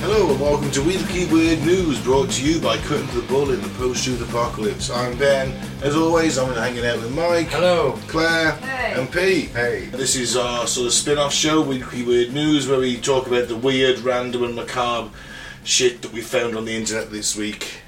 Hello and welcome to We the Keyword News, brought to you by Cutting to the Bull in the Post-Truth Apocalypse. I'm Ben. As always, I'm hanging out with Mike, Hello. Claire, Hey. and Pete. Hey. This is our sort of spin-off show, We the Keyword News, where we talk about the weird, random, and macabre shit that we found on the internet this week.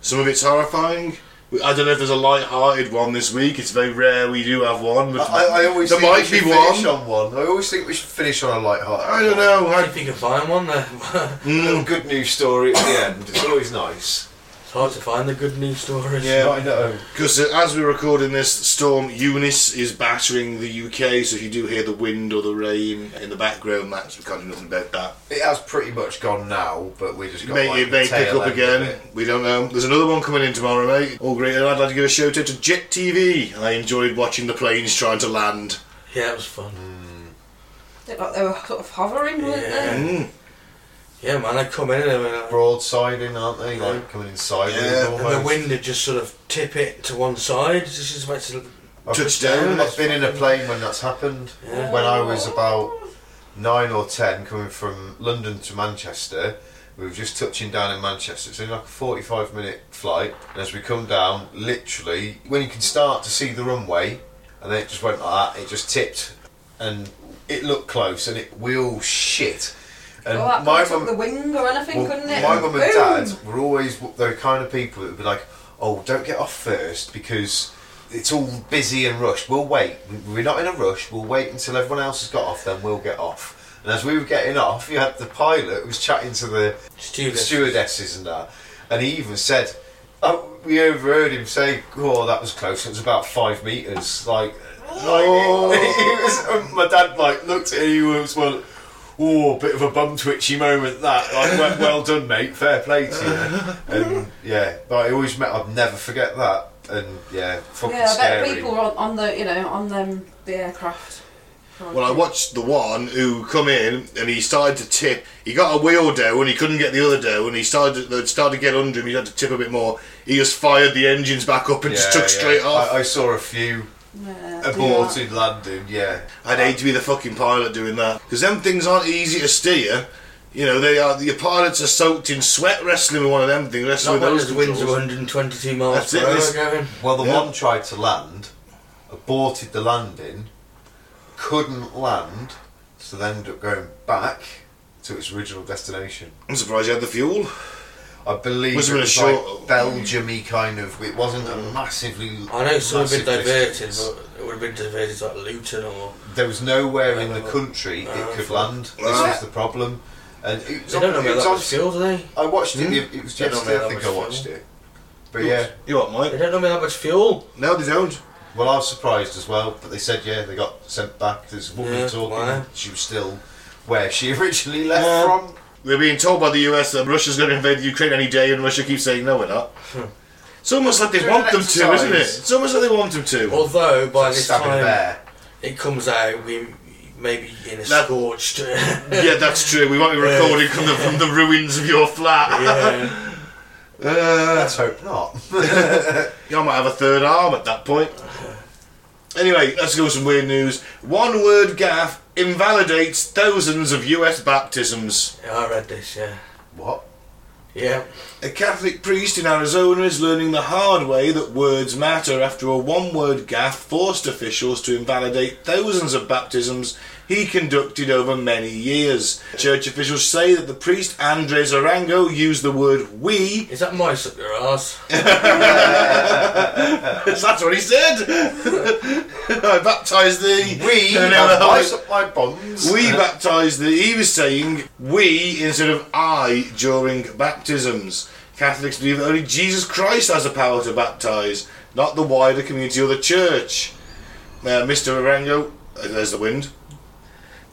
Some of it's horrifying. We- I don't know if there's a light-hearted one this week. It's very rare we do have one. But I, I always there think might we be should one. finish on one. I always think we should finish on a light heart. I don't know. I I, think you can find one there. it's A little good news story at the end. It's always nice. hard to find the good news stories. Yeah. I know. Because uh, as we're recording this, Storm Eunice is battering the UK, so if you do hear the wind or the rain in the background, that's we can't do nothing about that. It has pretty much gone now, but we just It got may, like, it may the tail pick up end of again. it. We don't know. There's another one coming in tomorrow, mate. All great. And I'd like to give a shout out to Jet TV. I enjoyed watching the planes trying to land. Yeah, it was fun. Looked like they were sort of hovering, weren't Yeah. they? Mm. Yeah, man, I come in and, I went, uh, Broadsiding, aren't they? Like coming inside. Yeah, with and the wind would just sort of tip it to one side. It's just about to. Touchdown. I've been in a plane when that's happened. Yeah. When I was about nine or ten, coming from London to Manchester, we were just touching down in Manchester. It's only like a forty-five minute flight, and as we come down, literally, when you can start to see the runway, and then it just went like that. It just tipped, and it looked close, and it we all shit. And Well, Oh, that my took mum- the wing or anything, well, couldn't it? My mum and Boom! dad were always w- the kind of people that would be like, "Oh, don't get off first because it's all busy and rushed. We'll wait. We- We're not in a rush. We'll wait until everyone else has got off. Then we'll get off." And as we were getting off, you had the pilot who was chatting to the Stupid. stewardesses and that, and he even said, oh, "We overheard him say, oh, that was close. It was about five meters.' Like, Oh. like he was, and my dad like looked at him he was well, oh, bit of a bum twitchy moment that. Like, well, well done, mate. Fair play to you. And yeah, but I always met. I'll never forget that. And yeah, fucking Yeah, I bet scary. people were on, on the, you know, on them the aircraft. Well, I watched the one who come in and he started to tip. He got a wheel down and he couldn't get the other down. And he started to, started to get under him. He had to tip a bit more. He just fired the engines back up and just Yeah, took yeah. straight off. I, I saw a few Yeah, do that. aborted landing. Yeah, I'd hate to be the fucking pilot doing that because them things aren't easy to steer. You know, they are. Your pilots are soaked in sweat wrestling with one of them things. Wrestling Not when with those the winds are controls. 122 miles That's per it, hour this- going. Well, the Yeah. one tried to land, aborted the landing, couldn't land, so they ended up going back to its original destination. I'm surprised you had the fuel. I believe Must it have been was a like short- Belgium-y kind of. It wasn't a massively. I know it's sort of been massive diverted, distance. but it would have been diverted to like Luton or. There was nowhere in Uh, the country uh, it could land. This Uh, was the problem, and it was. They don't know it where was that on- was fuel, do they? I watched it. the- It was They don't know yesterday. where I that think I was watched filmed. it. But Oh, yeah, You what, They mate? don't know where that much fuel. No, they don't. Well, I was surprised as well, but they said yeah, they got sent back. There's a woman Yeah, talking. why? She was still where she originally left Yeah. from. We're being told by the US that Russia's going to invade Ukraine any day, and Russia keeps saying no, we're not. It's almost like they Doing want an them to, isn't it? exercise. It's almost like they want them to. Although by this Stabbing time bear. it comes out, we may be in a That- scorched. yeah, that's true. We won't be Yeah. recording from the, from the ruins of your flat. yeah. Uh, Let's hope not. I might have a third arm at that point. Anyway, let's go with some weird news. One word gaff invalidates thousands of US baptisms. yeah, I read this. Yeah, what? yeah. A Catholic priest in Arizona is learning the hard way that words matter after a one word gaff forced officials to invalidate thousands of baptisms he conducted over many years. Church officials say that the priest Andres Arango used the word we. Is that mice up your ass? That's what he said! I baptise thee. We No, no, have no. lice up my bonds. We baptise the. He was saying we instead of I during baptisms. Catholics believe that only Jesus Christ has the power to baptise, not the wider community or the church. Uh, Mr. Arango, uh, there's the wind,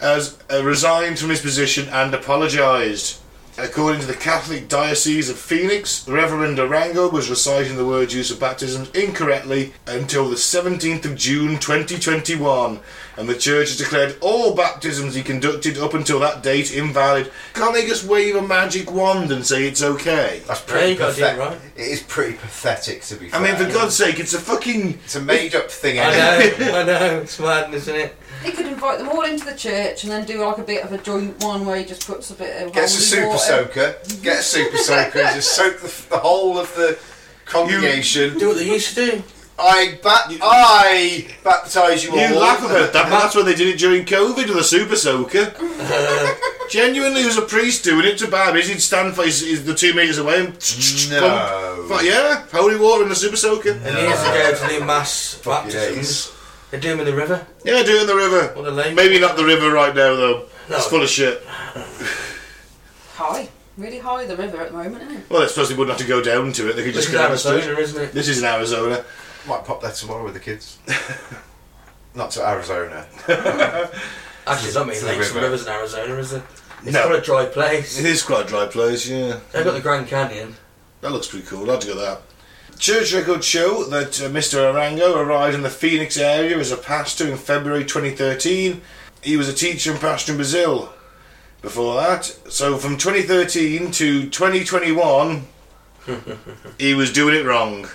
has uh, resigned from his position and apologised. According to the Catholic Diocese of Phoenix, Reverend Arango was reciting the word use of baptisms incorrectly until the 17th of June 2021, and the Church has declared all baptisms he conducted up until that date invalid. Can't they just wave a magic wand and say it's okay? That's Yeah, pretty you gotta do it pathetic. right. It is pretty pathetic to be fair. I mean, for God's sake, it's a fucking. it's a made up thing. I anyway. know, I know. It's mad, isn't it? He could invite them all into the church and then do like a bit of a joint one where he just puts a bit of Gets a super holy water. soaker. Get a super soaker and just soak the, f- the whole of the congregation. Do what they used to do. I bat. I baptise you, all. You laugh about that, but that's when they did it during COVID with a super soaker. Genuinely, there was a priest doing it to Barbies. He'd stand for his, his, the two metres away and No. But yeah, holy water in the super soaker. And he used to go to do mass Fucking baptisms. They do them in the river. Yeah, do it in the river. What a lame. Maybe not the river right now, though. No. It's full of shit. High, really high the river at the moment, isn't it? Well, they suppose they wouldn't have to go down to it. They could This just is go down the street. Arizona, isn't it? This is in Arizona. Might pop there tomorrow with the kids. Not to Arizona. Actually, it's not many It's a lakes and river. rivers in Arizona, is there? It's No. quite a dry It place. is quite a dry place, yeah. They've got the Grand Canyon. That looks pretty cool. I'd go that. Church records show that uh, Mr. Arango arrived in the Phoenix area as a pastor in February 2013. He was a teacher and pastor in Brazil before that. So from 2013 to 2021, he was doing it wrong.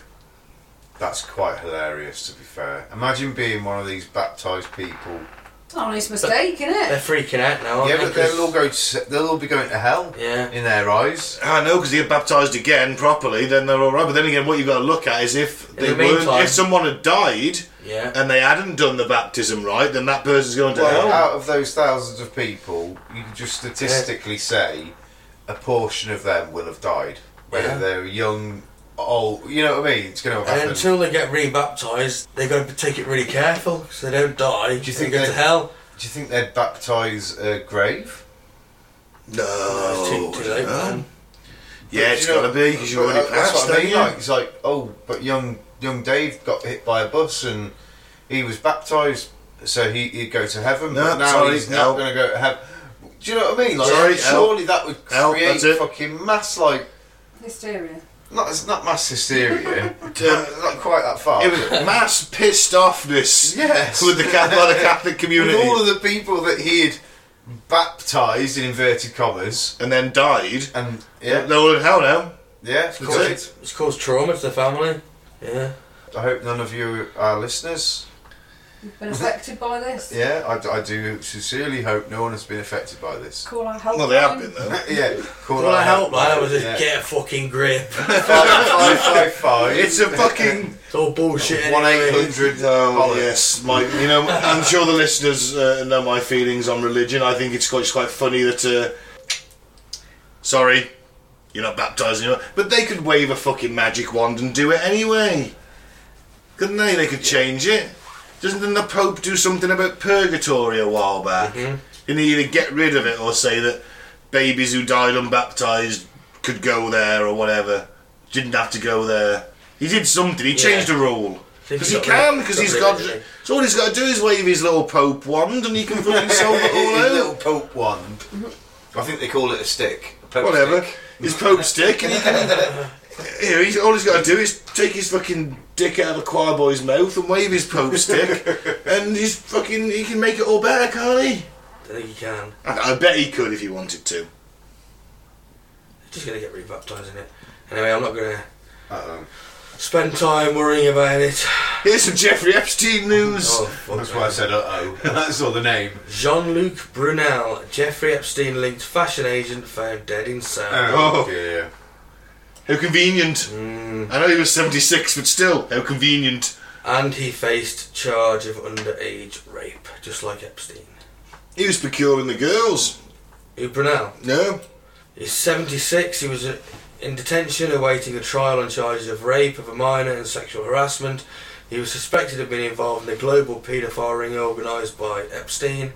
That's quite hilarious, to be fair. Imagine being one of these baptised people. It's an honest mistake, isn't They're it? freaking out now, aren't Yeah, they? but they'll 'Cause- all go. To, they'll all be going to hell. Oh, Yeah. In their eyes. I know because he get baptized again properly, then they're all right. But then again, what you've got to look at is if they the weren't, meantime- if someone had died Yeah. and they hadn't done the baptism right, then that person's going to Well, hell. out of those thousands of people, you could just statistically say a portion of them will have died, whether Yeah. they're young, old. You know what I mean? It's going to have And happened. until they get rebaptised, they've got to take it really careful because they don't die. Do you they think go they- to hell? Do you think they'd baptise a grave? no, Oh, it's too, too late, no. man. Yeah, it's Do you got know- to be because you but already that- passed. That's what I haven't mean. you? Like, it's like, oh, but young young Dave got hit by a bus and he was baptised, so he, he'd go to heaven. No, but now sorry, he's no. not going to go to heaven. Do you know what I mean? Like, Sorry, surely that would Help, create that's it. fucking mass like. Hysteria. Not, it's not mass hysteria. not, not quite that far. It was mass pissed offness. Yes. with the Catholic, by the Catholic community, With all of the people that he had baptised in inverted commas, and then died. and yeah, They're all in hell now. yeah, Of course. that's it. It's caused trauma to the family. Yeah. I hope none of you are listeners. You've been affected by this. Yeah, I, d- I do sincerely hope no one has been affected by this. Call our help. Well, they have been though. yeah, call Well, I help, man. I was just Yeah. get a fucking grip. Five, five, five, five. It's a fucking It's all bullshit. one eight Anyway. hundred. Oh yes, my. You know, I'm sure the listeners uh, know my feelings on religion. I think it's quite, it's quite funny that. Uh, sorry, you're not baptised anymore. But they could wave a fucking magic wand and do it anyway, couldn't they? They could change it. Doesn't then the Pope do something about purgatory a while back? Mm-hmm. Didn't he either get rid of it or say that babies who died unbaptised could go there or whatever? Didn't have to go there. He did something. He changed Yeah. a rule. Think Because he's he got can, rid- because got he's rid got. of it. So all he's got to do is wave his little Pope wand and he can fucking solve it all little out. pope wand. I think they call it a stick. a pope Whatever. stick. His Pope stick and he can. Here, he's, all he's got to do is take his fucking dick out of the choir boy's mouth and wave his Pope stick and he's fucking. He can make it all better, can't he? I think you can. And I bet he could if he wanted to. Just gonna get rebaptised in it. Anyway, I'm not gonna Uh-oh. spend time worrying about it. Here's some Jeffrey Epstein news. Oh, That's why I fuck. said uh oh. That's all the name. Jean-Luc Brunel, Jeffrey Epstein linked fashion agent found dead in cell. Oh. dear. How convenient. Mm. I know he was 76, but still, how convenient. And he faced charge of underage rape, just like Epstein. He was procuring the girls. Who Brunel? No? He's 76. He was uh, in detention awaiting a trial on charges of rape of a minor and sexual harassment. He was suspected of being involved in the global paedophile ring organised by Epstein,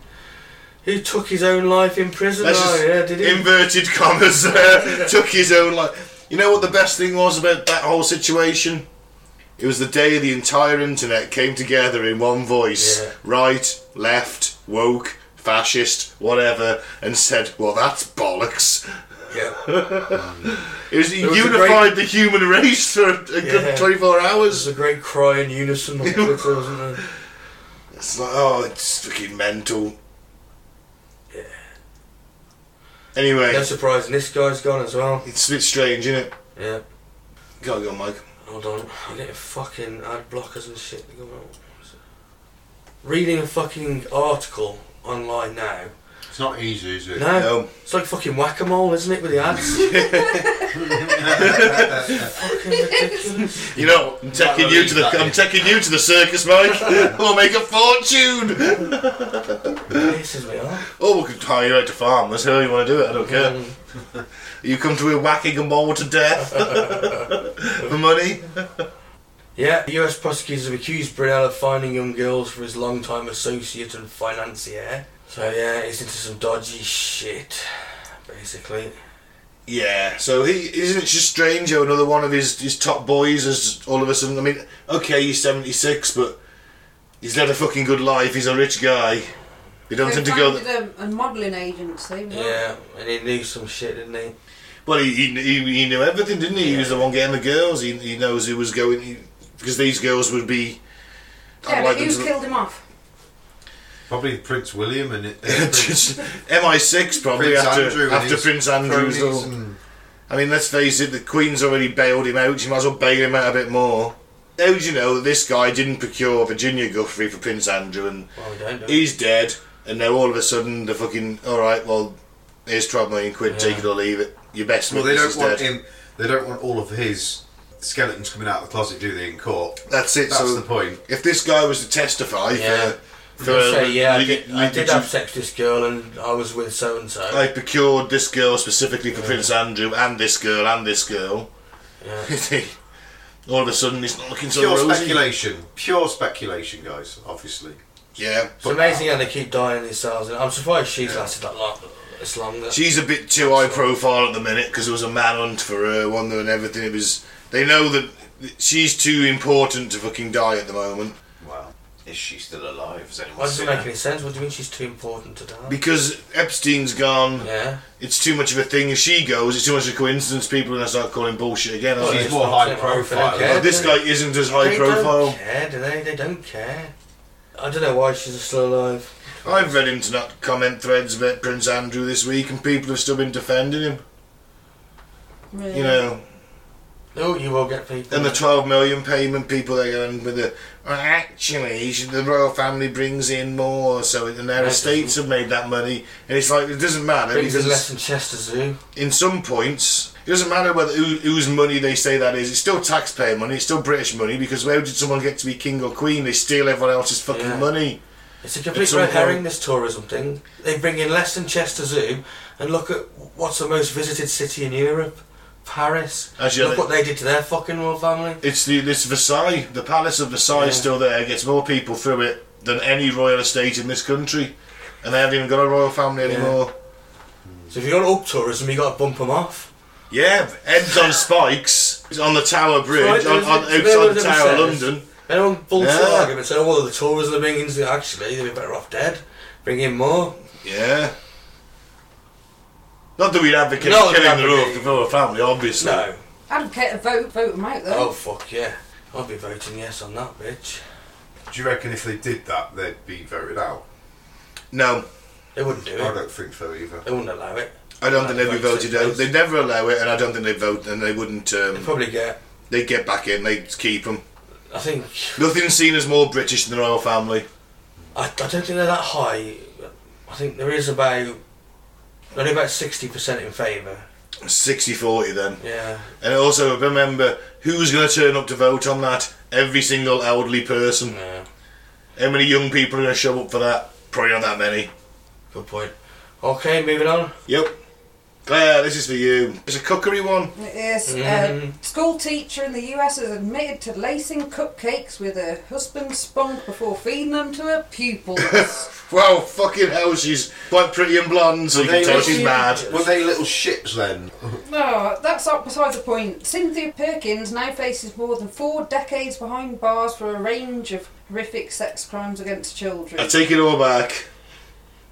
who took his own life in prison. That's Oh, just yeah, did he? inverted commas there. Took his own life. You know what the best thing was about that whole situation? It was the day the entire internet came together in one voice. Yeah. Right, left, woke, fascist, whatever, and said, well, that's bollocks. yeah. It It was, it was a unified the human race for a, a Yeah. good 24 hours. was a great cry in unison on Twitter, wasn't there? It's like, oh, it's fucking mental. Yeah. Anyway, No surprise, this guy's gone as well. it's a bit strange, isn't it? Yeah. Go on, go on, Mike. Hold on, I'm getting fucking ad blockers and shit going on. reading a fucking article online now. It's not easy, is it? No, No. it's like fucking whack a mole, isn't it, with the ads? fucking ridiculous. You know, I'm taking you to the I'm taking you to the circus, Mike. we'll make a fortune. Pisses me off. Oh, we could hire you out to farm. That's how you want to do it. I don't care. Mm. You come to here whacking a mole to death for money. Yeah, US prosecutors have accused Brunel of finding young girls for his longtime associate and financier. So yeah, he's into some dodgy shit, basically. Yeah, so he isn't just Strango another one of his, his top boys as all of a sudden I mean, okay, he's seventy six, but he's led a fucking good life, he's a rich guy. They don't tend to go founded a, a modelling agency. right? Yeah, and he knew some shit, didn't he? Well, he, he, he- he knew everything, didn't he? He was the one getting the girls. He, he knows who was going he, because these girls would be. I'd Yeah, like but them who's to- killed him off? Probably Prince William and it. Just MI6 probably Prince after Andrew and after his Prince Andrew's. cronies all- and- I mean, let's face it, the Queen's already bailed him out. She might as well bail him out a bit more. How do you know that this guy didn't procure Virginia Guthrie for Prince Andrew and Well, we don't know. he's dead? And now all of a sudden the fucking all right, well, here's twelve million quid. Take Yeah. it or leave it. Your best Well, they witness don't is want dead. him. They don't want all of his skeletons coming out of the closet, do they? In court. That's it. That's so the point. If this guy was to testify Yeah. for, for He'll say, yeah, I leg- did, I did legit- have sex with this girl and I was with so and so. I procured this girl specifically for Prince Andrew and this girl and this girl. All of a sudden, it's not looking so Pure rosy. speculation. Pure speculation, guys. Obviously. Yeah, It's amazing how they keep dying in these cells. and I'm surprised she's lasted that long. As long that she's a bit too high profile at the minute because there was a manhunt for her, one and everything. It was they know that she's too important to fucking die at the moment Wow. Is she still alive? Has anyone Why does it make any sense? What do you mean she's too important to die? because Epstein's gone. yeah. It's too much of a thing. If she goes, it's too much of a coincidence. People are gonna start calling bullshit again. aren't She's they? It's more not high too high, but profile. okay. Oh, this guy isn't as high they profile. don't care, do they? They don't care. I don't know why she's still alive. I've read internet comment threads about Prince Andrew this week, and people have still been defending him. Really? You know, Oh, you will get people. and the 12 million payment people they're going with the. Well, actually, she- the royal family brings in more, so and their No, it estates have made that money, and it's like it doesn't matter Brings us because less than Chester Zoo. in some points. It doesn't matter whether who, whose money they say that is. It's still taxpayer money. It's still British money because where did someone get to be king or queen? They steal everyone else's fucking Yeah. money. It's a complete some red herring. point- This tourism thing. They bring in less than Chester Zoo, and look at what's the most visited city in Europe, Paris. Actually, I look think- what they did to their fucking royal family. It's the this Versailles, the Palace of Versailles, Yeah. is still there. Gets more people through it than any royal estate in this country, and they haven't even got a royal family anymore. So if you got up tourism, you got to bump them off. Yeah, Ed's on spikes it's on the Tower Bridge, Right, on, on, it's outside middle of the the Tower, of Versailles. London. Anyone bullshit Yeah. argument saying, "Oh, well, the tourism are bringing into actually, they'd be better off dead. Bring in more." Yeah. Not that we'd advocate Not that killing we'd the royal, the advocate. royal family, obviously. No. I'd get a vote, vote him out Oh though. fuck yeah! I'll be voting yes on that bitch. Do you reckon if they did that, they'd be voted out? No, They wouldn't do I it. don't think so either. They wouldn't allow it. I don't think they'd be Like voted voted out. place. They'd never allow it, and I don't think they'd vote, and they wouldn't. They'd Um, probably get. they'd get back in, they'd keep them. I think. Nothing's seen as more British than the royal family. I, I don't think they're that high. I think there is about only about sixty percent in favour. 60 40 then. Yeah. And also remember who's going to turn up to vote on that? Every single elderly person. Yeah. How many young people are going to show up for that? Probably not that many. Good point. Okay, moving on. Yep. Claire, this is for you. It's a cookery one. It is. Mhm. A uh, school teacher in the US has admitted to lacing cupcakes with her husband's spunk before feeding them to her pupils. Wow, fucking hell, she's quite pretty and blonde, so you can They tell were- she's mad. Were they little shits then? No, that's not beside the point. Cynthia Perkins now faces more than four decades behind bars for a range of horrific sex crimes against I children. take it all back.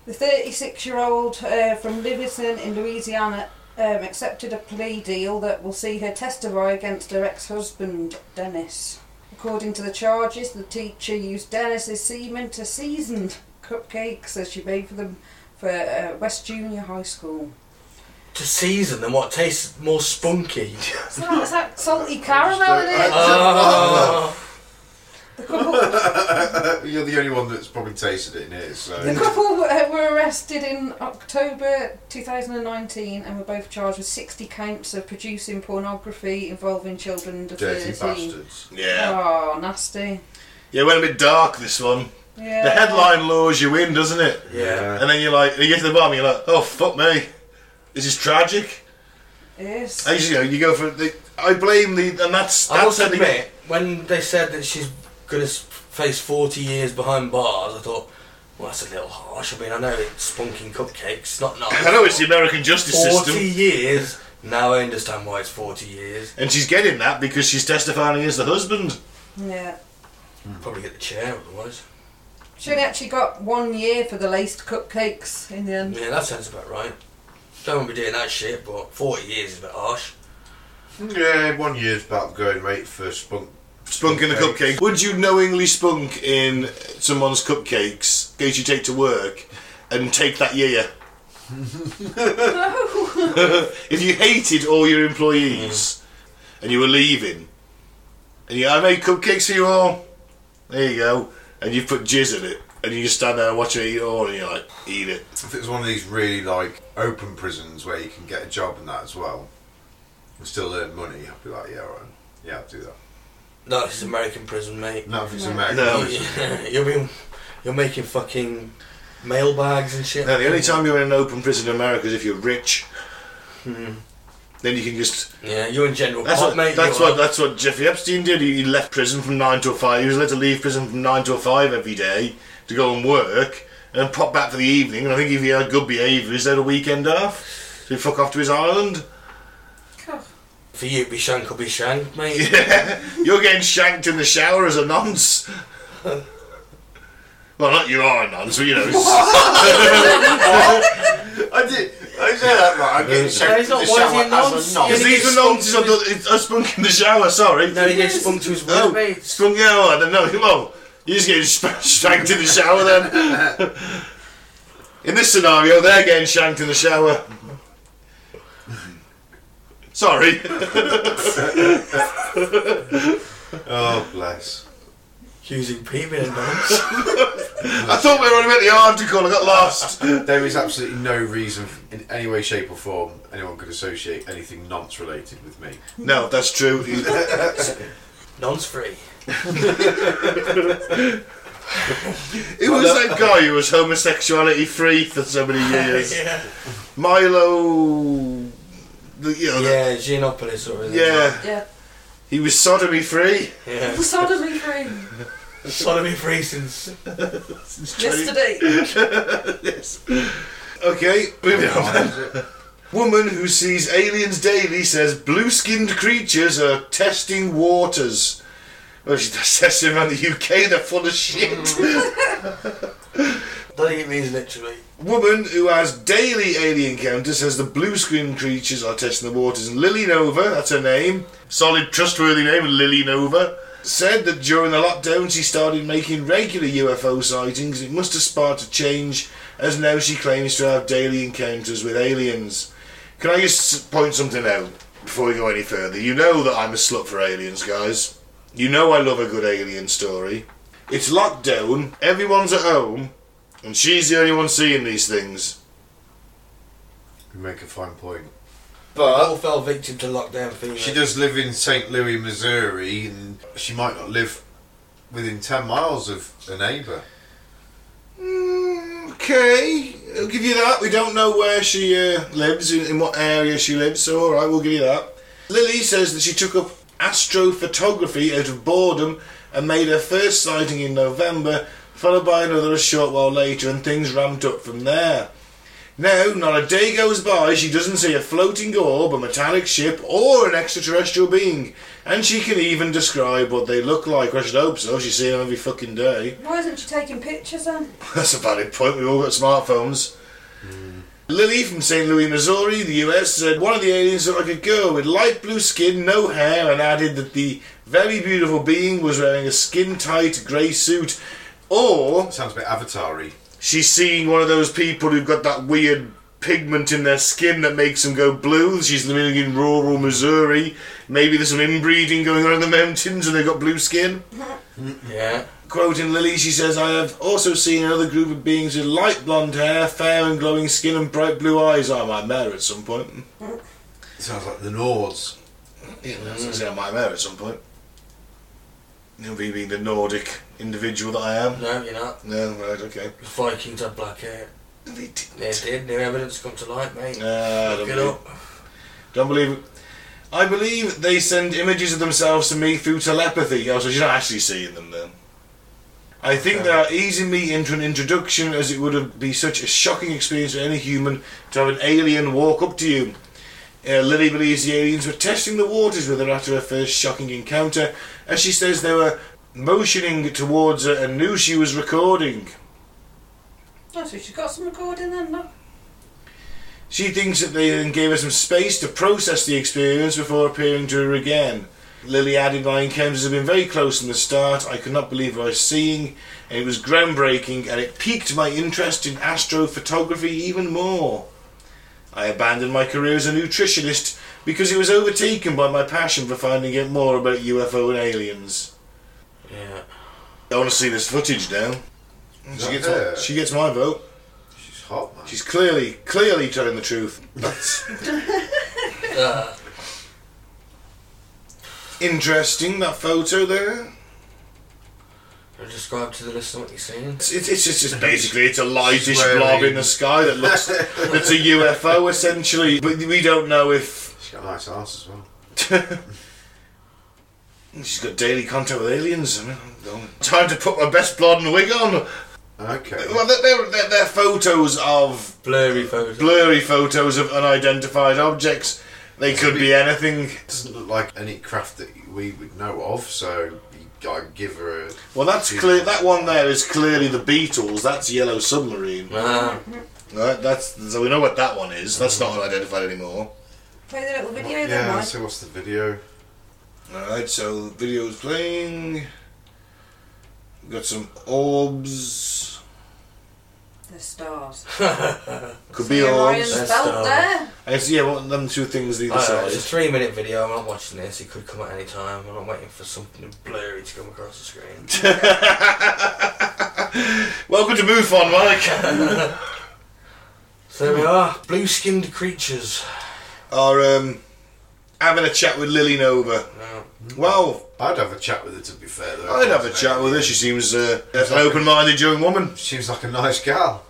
The 36 year old uh, from Livingston in Louisiana um, accepted a plea deal that will see her testify against her ex husband, Dennis. According to the charges, the teacher used Dennis's semen to season cupcakes as she made for them for uh, West Junior High School. To season them, what tastes more spunky? Is that, is that salty caramel in it? Ah. The couple, You're the only one that's probably tasted it in here, so. the couple were, uh, were arrested in October 2019 and were both charged with 60 counts of producing pornography involving children under Dirty 13. bastards. Yeah. Oh, nasty. Yeah, it went a bit dark this one. Yeah. The headline lures you in, doesn't it? Yeah. And then you're like, you get to the bottom, you're like, oh fuck me, this is tragic. It is. And you know, you go for the. I blame the, and that's I that's must sending- admit, when they said that she's going to face 40 years behind bars, I thought, well, that's a little harsh. I mean, I know it's spunking cupcakes, not nice. I know it's the American justice 40 system, years. Now I understand why it's 40 years. and she's getting that because she's testifying against the husband. Yeah. Probably get the chair otherwise. She only actually got one year for the laced cupcakes in the end. Yeah, that sounds about right. Don't want to be doing that shit, but 40 years is a bit harsh. Yeah, one year's about going rate for spunk. Spunk in the Cupcakes. cupcake. Would you knowingly spunk in someone's cupcakes, case you take to work, and take that year? if you hated all your employees and you were leaving, and you, I made cupcakes for you all, there you go, and you put jizz in it, and you just stand there and watch her eat it all, and you're like, eat it. If it was one of these really like open prisons where you can get a job and that as well, and still earn money, I'd be like, yeah, all right, yeah, I'll do that. No, this is American prison, mate. Not if it's American No. prison. you're, being, you're making fucking mailbags and shit. Now, the only time you're in an open prison in America is if you're rich. Hmm. Then you can just Yeah, you're in general That's pop, what, mate. that's you're what that's what Jeffrey Epstein did. He he left prison from nine till five. He was allowed to leave prison from nine till five every day to go and work, and then pop back for the evening. And I think if he had good behaviour, he's had a weekend off. So he fuck off to his island. For you, be shank or be shank, mate. You're getting shanked in the shower as a nonce. well, not you are a nonce, but you know. it's- I did. I said that. Like, I'm getting Yeah, shanked he's in the not shower worthy as a nonce. Because nonce. these were nonces. I've done- it's- I spunk in the shower. Sorry. no, he gets spunk to his Oh, workmates. spunk. Yeah, well, I don't know. Well, you just getting sp- shanked in the shower then. in this scenario, they're getting shanked in the shower. Sorry. Oh bless. Accusing Pete being a nonce. I thought we were on about the article. I got lost. There is absolutely no reason, in any way, shape, or form, anyone could associate anything nonce related with me. No, that's true. Nonce free. Who was that guy who was homosexuality free for so many years? yeah. Milo. The, you know, the- Yeah, Giannopoulos or yeah. something. Yeah. He was sodomy free. Yeah. Sodomy free. Sodomy free since. Yesterday. yes. Okay, moving on. then. Woman who sees aliens daily says blue skinned creatures are testing waters. Well, she says around the UK they're full of shit. Don't think it means literally. Woman who has daily alien encounters says the blue skinned creatures are testing the waters. And Lily Nova, that's her name, solid, trustworthy name, Lily Nova, said that during the lockdown she started making regular UFO sightings. It must have sparked a change as now she claims to have daily encounters with aliens. Can I just point something out before we go any further? You know that I'm a slut for aliens, guys. You know I love a good alien story. It's lockdown, everyone's at home, and she's the only one seeing these things. You make a fine point. All But fell victim to lockdown fever. she does live in St. Louis, Missouri, and she might not live within 10 miles of a neighbour. Mm, Okay, I'll give you that. We don't know where she uh, lives, in, in what area she lives, so alright, we'll give you that. Lily says that she took up astrophotography out of boredom and made her first sighting in November, followed by another a short while later, and things ramped up from there. Now, not a day goes by she doesn't see a floating orb, a metallic ship, or an extraterrestrial being. And she can even describe what they look like. I should hope so, she's seeing them every fucking day. Why isn't she taking pictures then? That's a valid point. We've all got smartphones. Lily from St. Louis, Missouri, the US, said one of the aliens looked like a girl with light blue skin, no hair, and added that the very beautiful being was wearing a skin tight grey suit. Or Sounds a bit avatar she's seeing one of those people who've got that weird pigment in their skin that makes them go blue. She's living in rural Missouri. Maybe there's some inbreeding going on in the mountains and they've got blue skin. Yeah. Quoting Lily, she says, I have also seen another group of beings with light blonde hair, fair and glowing skin, and bright blue eyes. I might mayor at some point. Sounds like the Nords. Yeah, I was going to say I might mayor at some point. You know, me being the Nordic individual that I am. No, you're not. No, right, okay. The Vikings had black hair. They did. They did. New evidence come to light, mate. Ah, I don't Look it believe- up. Don't believe it. I believe they send images of themselves to me through telepathy. Oh, so she's not actually seeing them then. I think they are easing me into an introduction as it would have be such a shocking experience for any human to have an alien walk up to you. Uh, Lily believes the aliens were testing the waters with her after her first shocking encounter, as she says they were motioning towards her and knew she was recording. Oh, so she's got some recording then, no? She thinks that they then gave her some space to process the experience before appearing to her again. Lily added, My encounters have been very close from the start. I could not believe what I was seeing, and it was groundbreaking, and it piqued my interest in astrophotography even more. I abandoned my career as a nutritionist because it was overtaken by my passion for finding out more about UFO and aliens. Yeah. I want to see this footage now. She gets, her? my, she gets my vote. She's hot, man. She's clearly, clearly telling the truth. Uh, Interesting that photo there. describe to the listener what you're seeing. It's, it's, it's just it's basically it's a lightish Swearing. blob in the sky that looks that's a UFO essentially, but we don't know if She's got a nice ass as well. she's got daily contact with aliens. I mean, time to put my best blonde wig on. Okay. Well, they're, they're, they're, they're photos of Blurry photos. blurry photos of unidentified objects. They could be anything. doesn't look like any craft that we would know of, so you- I give her a. Well, that's clear. That one there is clearly the Beatles. That's Yellow Submarine. Ah, Right? That's so we know what that one is. That's not unidentified anymore. Play the little video then, yeah, Mike. so what's the video? Alright, so the video's playing. We've got some orbs. The stars. Could See be Orion's orbs. That's belt stars. there. I see, yeah, one of them two things either I don't know, it's a side. three minute video. I'm not watching this. It could come at any time. I'm not waiting for something blurry to come across the screen. Welcome to MUFON, Mike! So there we are. Blue skinned creatures. Are um, having a chat with Lily Nova. No. Well, I'd have a chat with her, to be fair, though. I'd have a chat with her. She seems uh, an open minded young woman. Seems like a nice gal.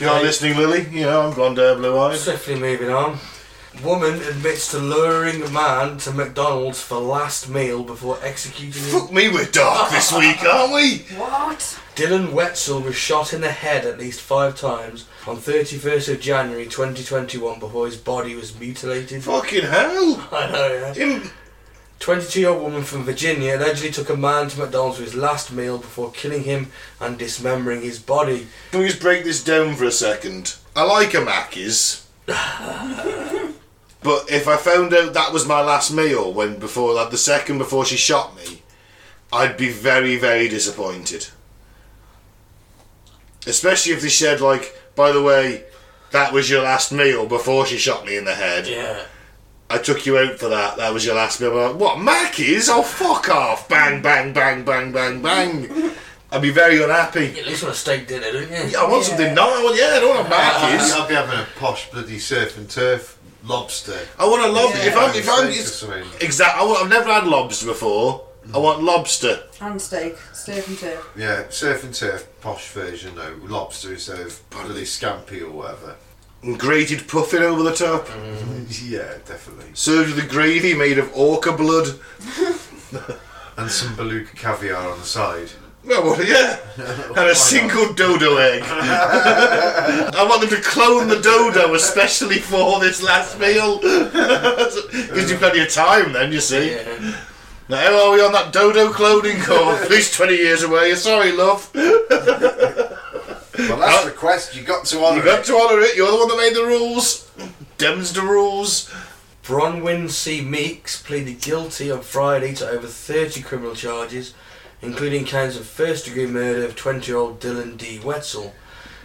You are listening, Lily. You know, I'm blonde hair, blue eyes. Swiftly moving on. Woman admits to luring man to McDonald's for last meal before executing him. Fuck me, we're dark this week, aren't we? What? Dylan Wetzel was shot in the head at least five times on 31st of January 2021 before his body was mutilated. Fucking hell! I know, yeah. Him- 22 year old woman from Virginia allegedly took a man to McDonald's for his last meal before killing him and dismembering his body. Can we just break this down for a second? I like a Mackey's. but if I found out that was my last meal when before like the second before she shot me, I'd be very, very disappointed. Especially if they said like, by the way, that was your last meal before she shot me in the head. Yeah. I took you out for that, that was your last meal. I'm like, what, Mackey's? Oh fuck off. Bang, bang, bang, bang, bang, bang. I'd be very unhappy. At least want a steak dinner, don't you? Yeah, I want something nice. I want, yeah, I don't want Mackey's. I'd be having a posh bloody surf and turf lobster. I want a lobster. if I'm, if I'm, Steak or it's, something. exact. I want, I've never had lobster before. I want lobster. And steak. Steak and turf. Yeah, surf and turf, posh version though. Lobster instead of bloody scampi or whatever. And grated puffin over the top. Mm. yeah, definitely. Served with a gravy made of orca blood. And some beluga caviar on the side. Well, well, yeah. And a single dodo egg. I want them to clone the dodo especially for this last meal. Gives you plenty of time then, you see. Yeah. Now, how are we on that dodo cloning course? At least 20 years away. Sorry, love. Well, that's the quest. You got to Uh, honour You got it. to honour it. You're the one that made the rules. Dems the rules. Bronwyn C. Meeks pleaded guilty on Friday to over 30 criminal charges, including counts of first degree murder of 20 year old Dylan D. Wetzel.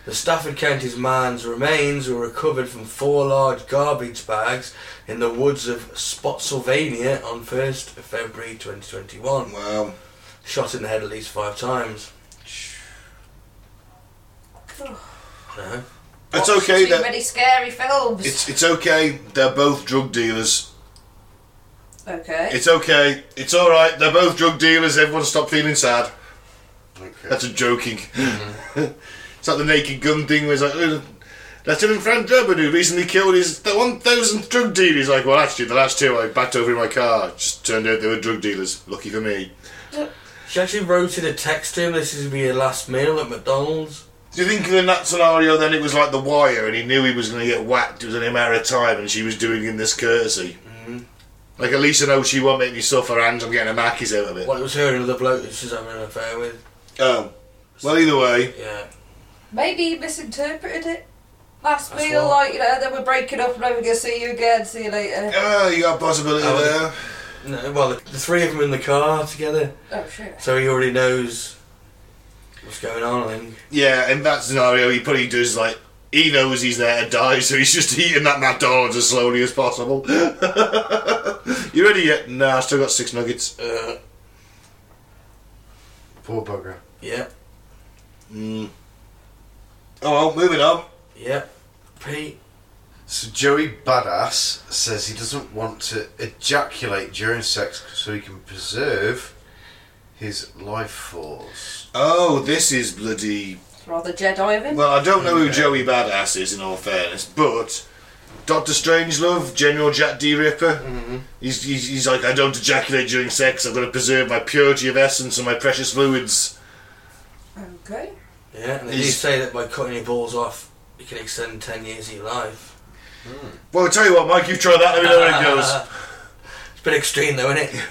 The Stafford County's man's remains were recovered from four large garbage bags in the woods of Spotsylvania on 1st February 2021. Wow. Shot in the head at least five times. No. It's Watched okay. Too That many scary films. it's it's okay. They're both drug dealers. okay. It's okay. It's all right. They're both drug dealers. Everyone stop feeling sad. Okay. That's a joking. it's like the naked gun thing where it's like, "Oh, Lieutenant Frank Drebin, who recently killed his the 1,000th drug dealer. He's like, well, actually, the last two I backed over in my car. Just turned out they were drug dealers. Lucky for me. She actually wrote in a text to him, this is your last meal at McDonald's. Do you think in that scenario then it was like The Wire and he knew he was going to get whacked? It was only a matter of time and she was doing him this courtesy. Like, at least I know she won't make me suffer and I'm getting a Mackey's out of it. Well, it was her and another bloke that she's having an affair with. Oh. Well, either way, Yeah. Maybe he misinterpreted it. Last That's meal, what- like you know, then we're breaking up and I'm gonna see you again. See you later. oh, you got a possibility Oh, there. No, well, the, the three of them in the car together, Oh shit. so he already knows what's going on, I think. Yeah, in that scenario, he probably does like he knows he's there to die, so he's just eating that McDonald's as slowly as possible. you ready yet? Nah, I still got six nuggets. Uh, Poor bugger. yeah, Mm. Oh well, moving on. yeah. Pete, So Joey Badass says he doesn't want to ejaculate during sex so he can preserve his life force. Oh, this is bloody. Rather Jedi of him. Well, I don't know who Okay. Joey Badass is, in all fairness, but Doctor Strangelove, General Jack D. Ripper, he's, he's, he's like, I don't ejaculate during sex, I've got to preserve my purity of essence and my precious fluids. okay. yeah, and they do He's- say that by cutting your balls off, you can extend 10 years of your life. Well, I'll tell you what, Mike, you try that, let me know how it goes. It's a bit extreme, though, isn't it?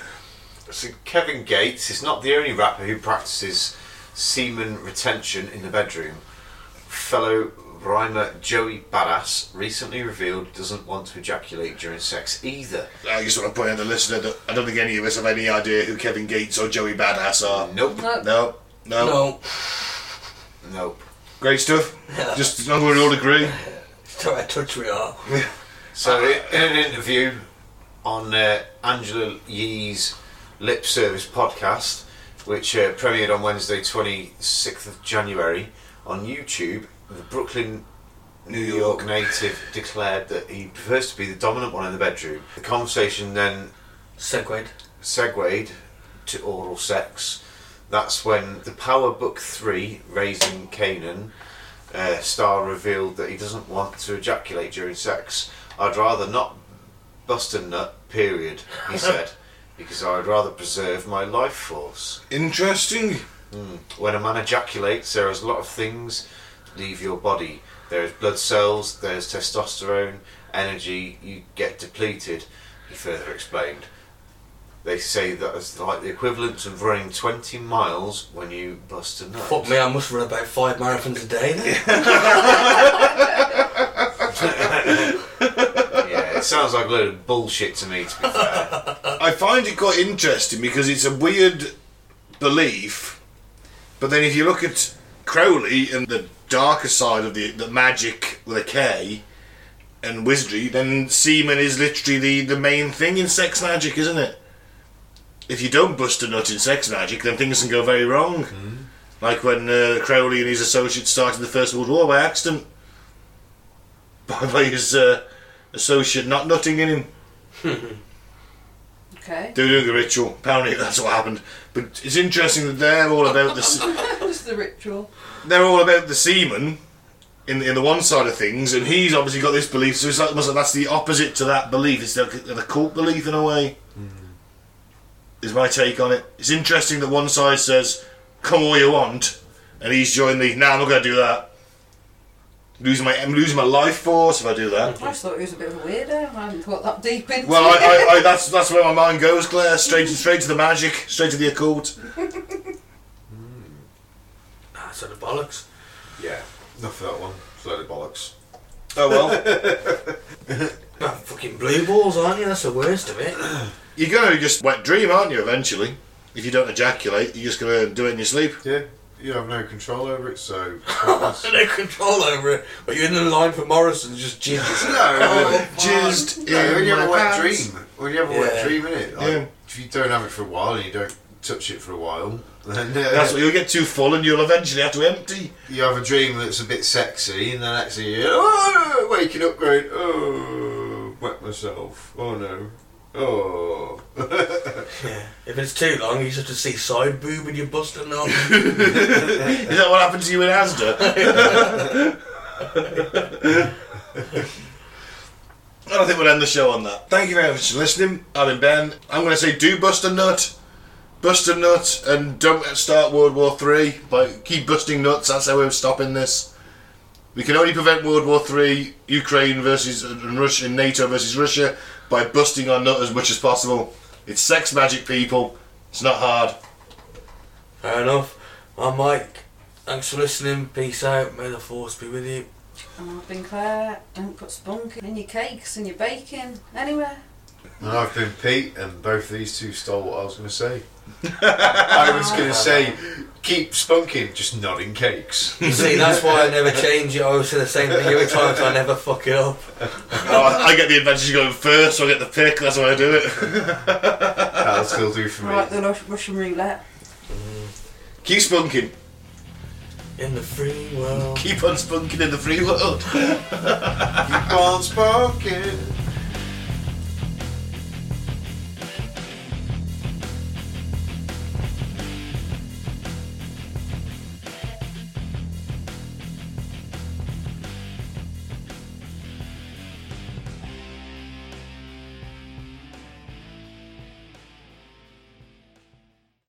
So Kevin Gates is not the only rapper who practices semen retention in the bedroom. Fellow rhymer Joey Badass recently revealed doesn't want to ejaculate during sex either. I just want to point out the listener that I don't think any of us have any idea who Kevin Gates or Joey Badass are. Nope. No. No, no. No, Nope. Great stuff. Just I'm going to all agree. it's not a touch we are. So i- in an interview on uh, Angela Yee's Lip Service podcast, which uh, premiered on Wednesday, 26th of January, on YouTube, the Brooklyn, New York native declared that he prefers to be the dominant one in the bedroom. The conversation then Segwayed. segued to oral sex. That's when the Power Book 3, Raising Canaan, uh, star revealed that he doesn't want to ejaculate during sex. I'd rather not bust a nut, period, he said, because I would rather preserve my life force. Interesting. When a man ejaculates, there is a lot of things leave your body. There is blood cells, there is testosterone, energy, you get depleted, he further explained. They say that it's like the equivalent of running 20 miles when you bust a nut. Fuck me, I must run about five marathons a day then. Yeah, it sounds like a load of bullshit to me, to be fair. I find it quite interesting because it's a weird belief, but then if you look at Crowley and the darker side of the the magic with a K and wizardry, then semen is literally the, the main thing in sex magic, isn't it? If you don't bust a nut in sex magic, then things can go very wrong. Like when uh, Crowley and his associates started the First World War by accident, by, by his uh, associate not nutting in him. Okay. They were doing the ritual. Apparently, that's what happened. But it's interesting that they're all about the se- What's the ritual? they're all about the semen in in the one side of things, and he's obviously got this belief. So it's like, almost like that's the opposite to that belief. It's like the cult belief in a way. Is my take on it. It's interesting that one side says, "Come all you want," and he's joined the. Nah, I'm not going to do that. I'm losing my I'm losing my life force if I do that. I just thought he was a bit of a weirdo. I hadn't thought that deep into Well, it. I, I, I, that's that's where my mind goes, Claire. Straight straight to the magic, straight to the occult. Ah, sort of bollocks. yeah, enough of that one. It's a load of bollocks. Oh well. Ah, fucking blue balls, aren't you? That's the worst of it. You're gonna just wet dream, aren't you? Eventually, if you don't ejaculate, you're just gonna do it in your sleep. Yeah, you have no control over it, so. no control over it. But you're in the line for Morrison, just Jesus. Oh, no, Jizzed Yeah, when in you have my a wet pants. dream, when you have a Yeah. wet dream in it, like, Yeah. if you don't have it for a while and you don't touch it for a while, then uh, That's what you'll get too full and you'll eventually have to empty. you have a dream that's a bit sexy, and then actually you're oh, waking up going, oh, wet myself, oh no, oh. Yeah. If it's too long, you just have to see side boob and you're busting on. Is that what happened to you in Asda? and I think we'll end the show on that. Thank you very much for listening. I've been Ben. I'm going to say do bust a nut. Bust a nut and don't start World War Three. By keep busting nuts. That's how we're stopping this. We can only prevent World War Three, Ukraine versus and Russia, and NATO versus Russia, by busting our nut as much as possible. It's sex magic, people. It's not hard. Fair enough. I'm Mike. Thanks for listening. Peace out. May the force be with you. And I've been Claire. Don't put spunk in your cakes and your baking anywhere. And I've been Pete, and both of these two stole what I was going to say. I was going to say, keep spunking, just not in cakes. You see, that's why I never change it. I always say the same thing every time, so I never fuck it up. Oh, I I get the advantage of going first, so I get the pick, that's why I do it. That'll still do for me. Right, the Rus- Russian roulette. Keep spunking. In the free world. Keep on spunking in the free world. Keep on spunking.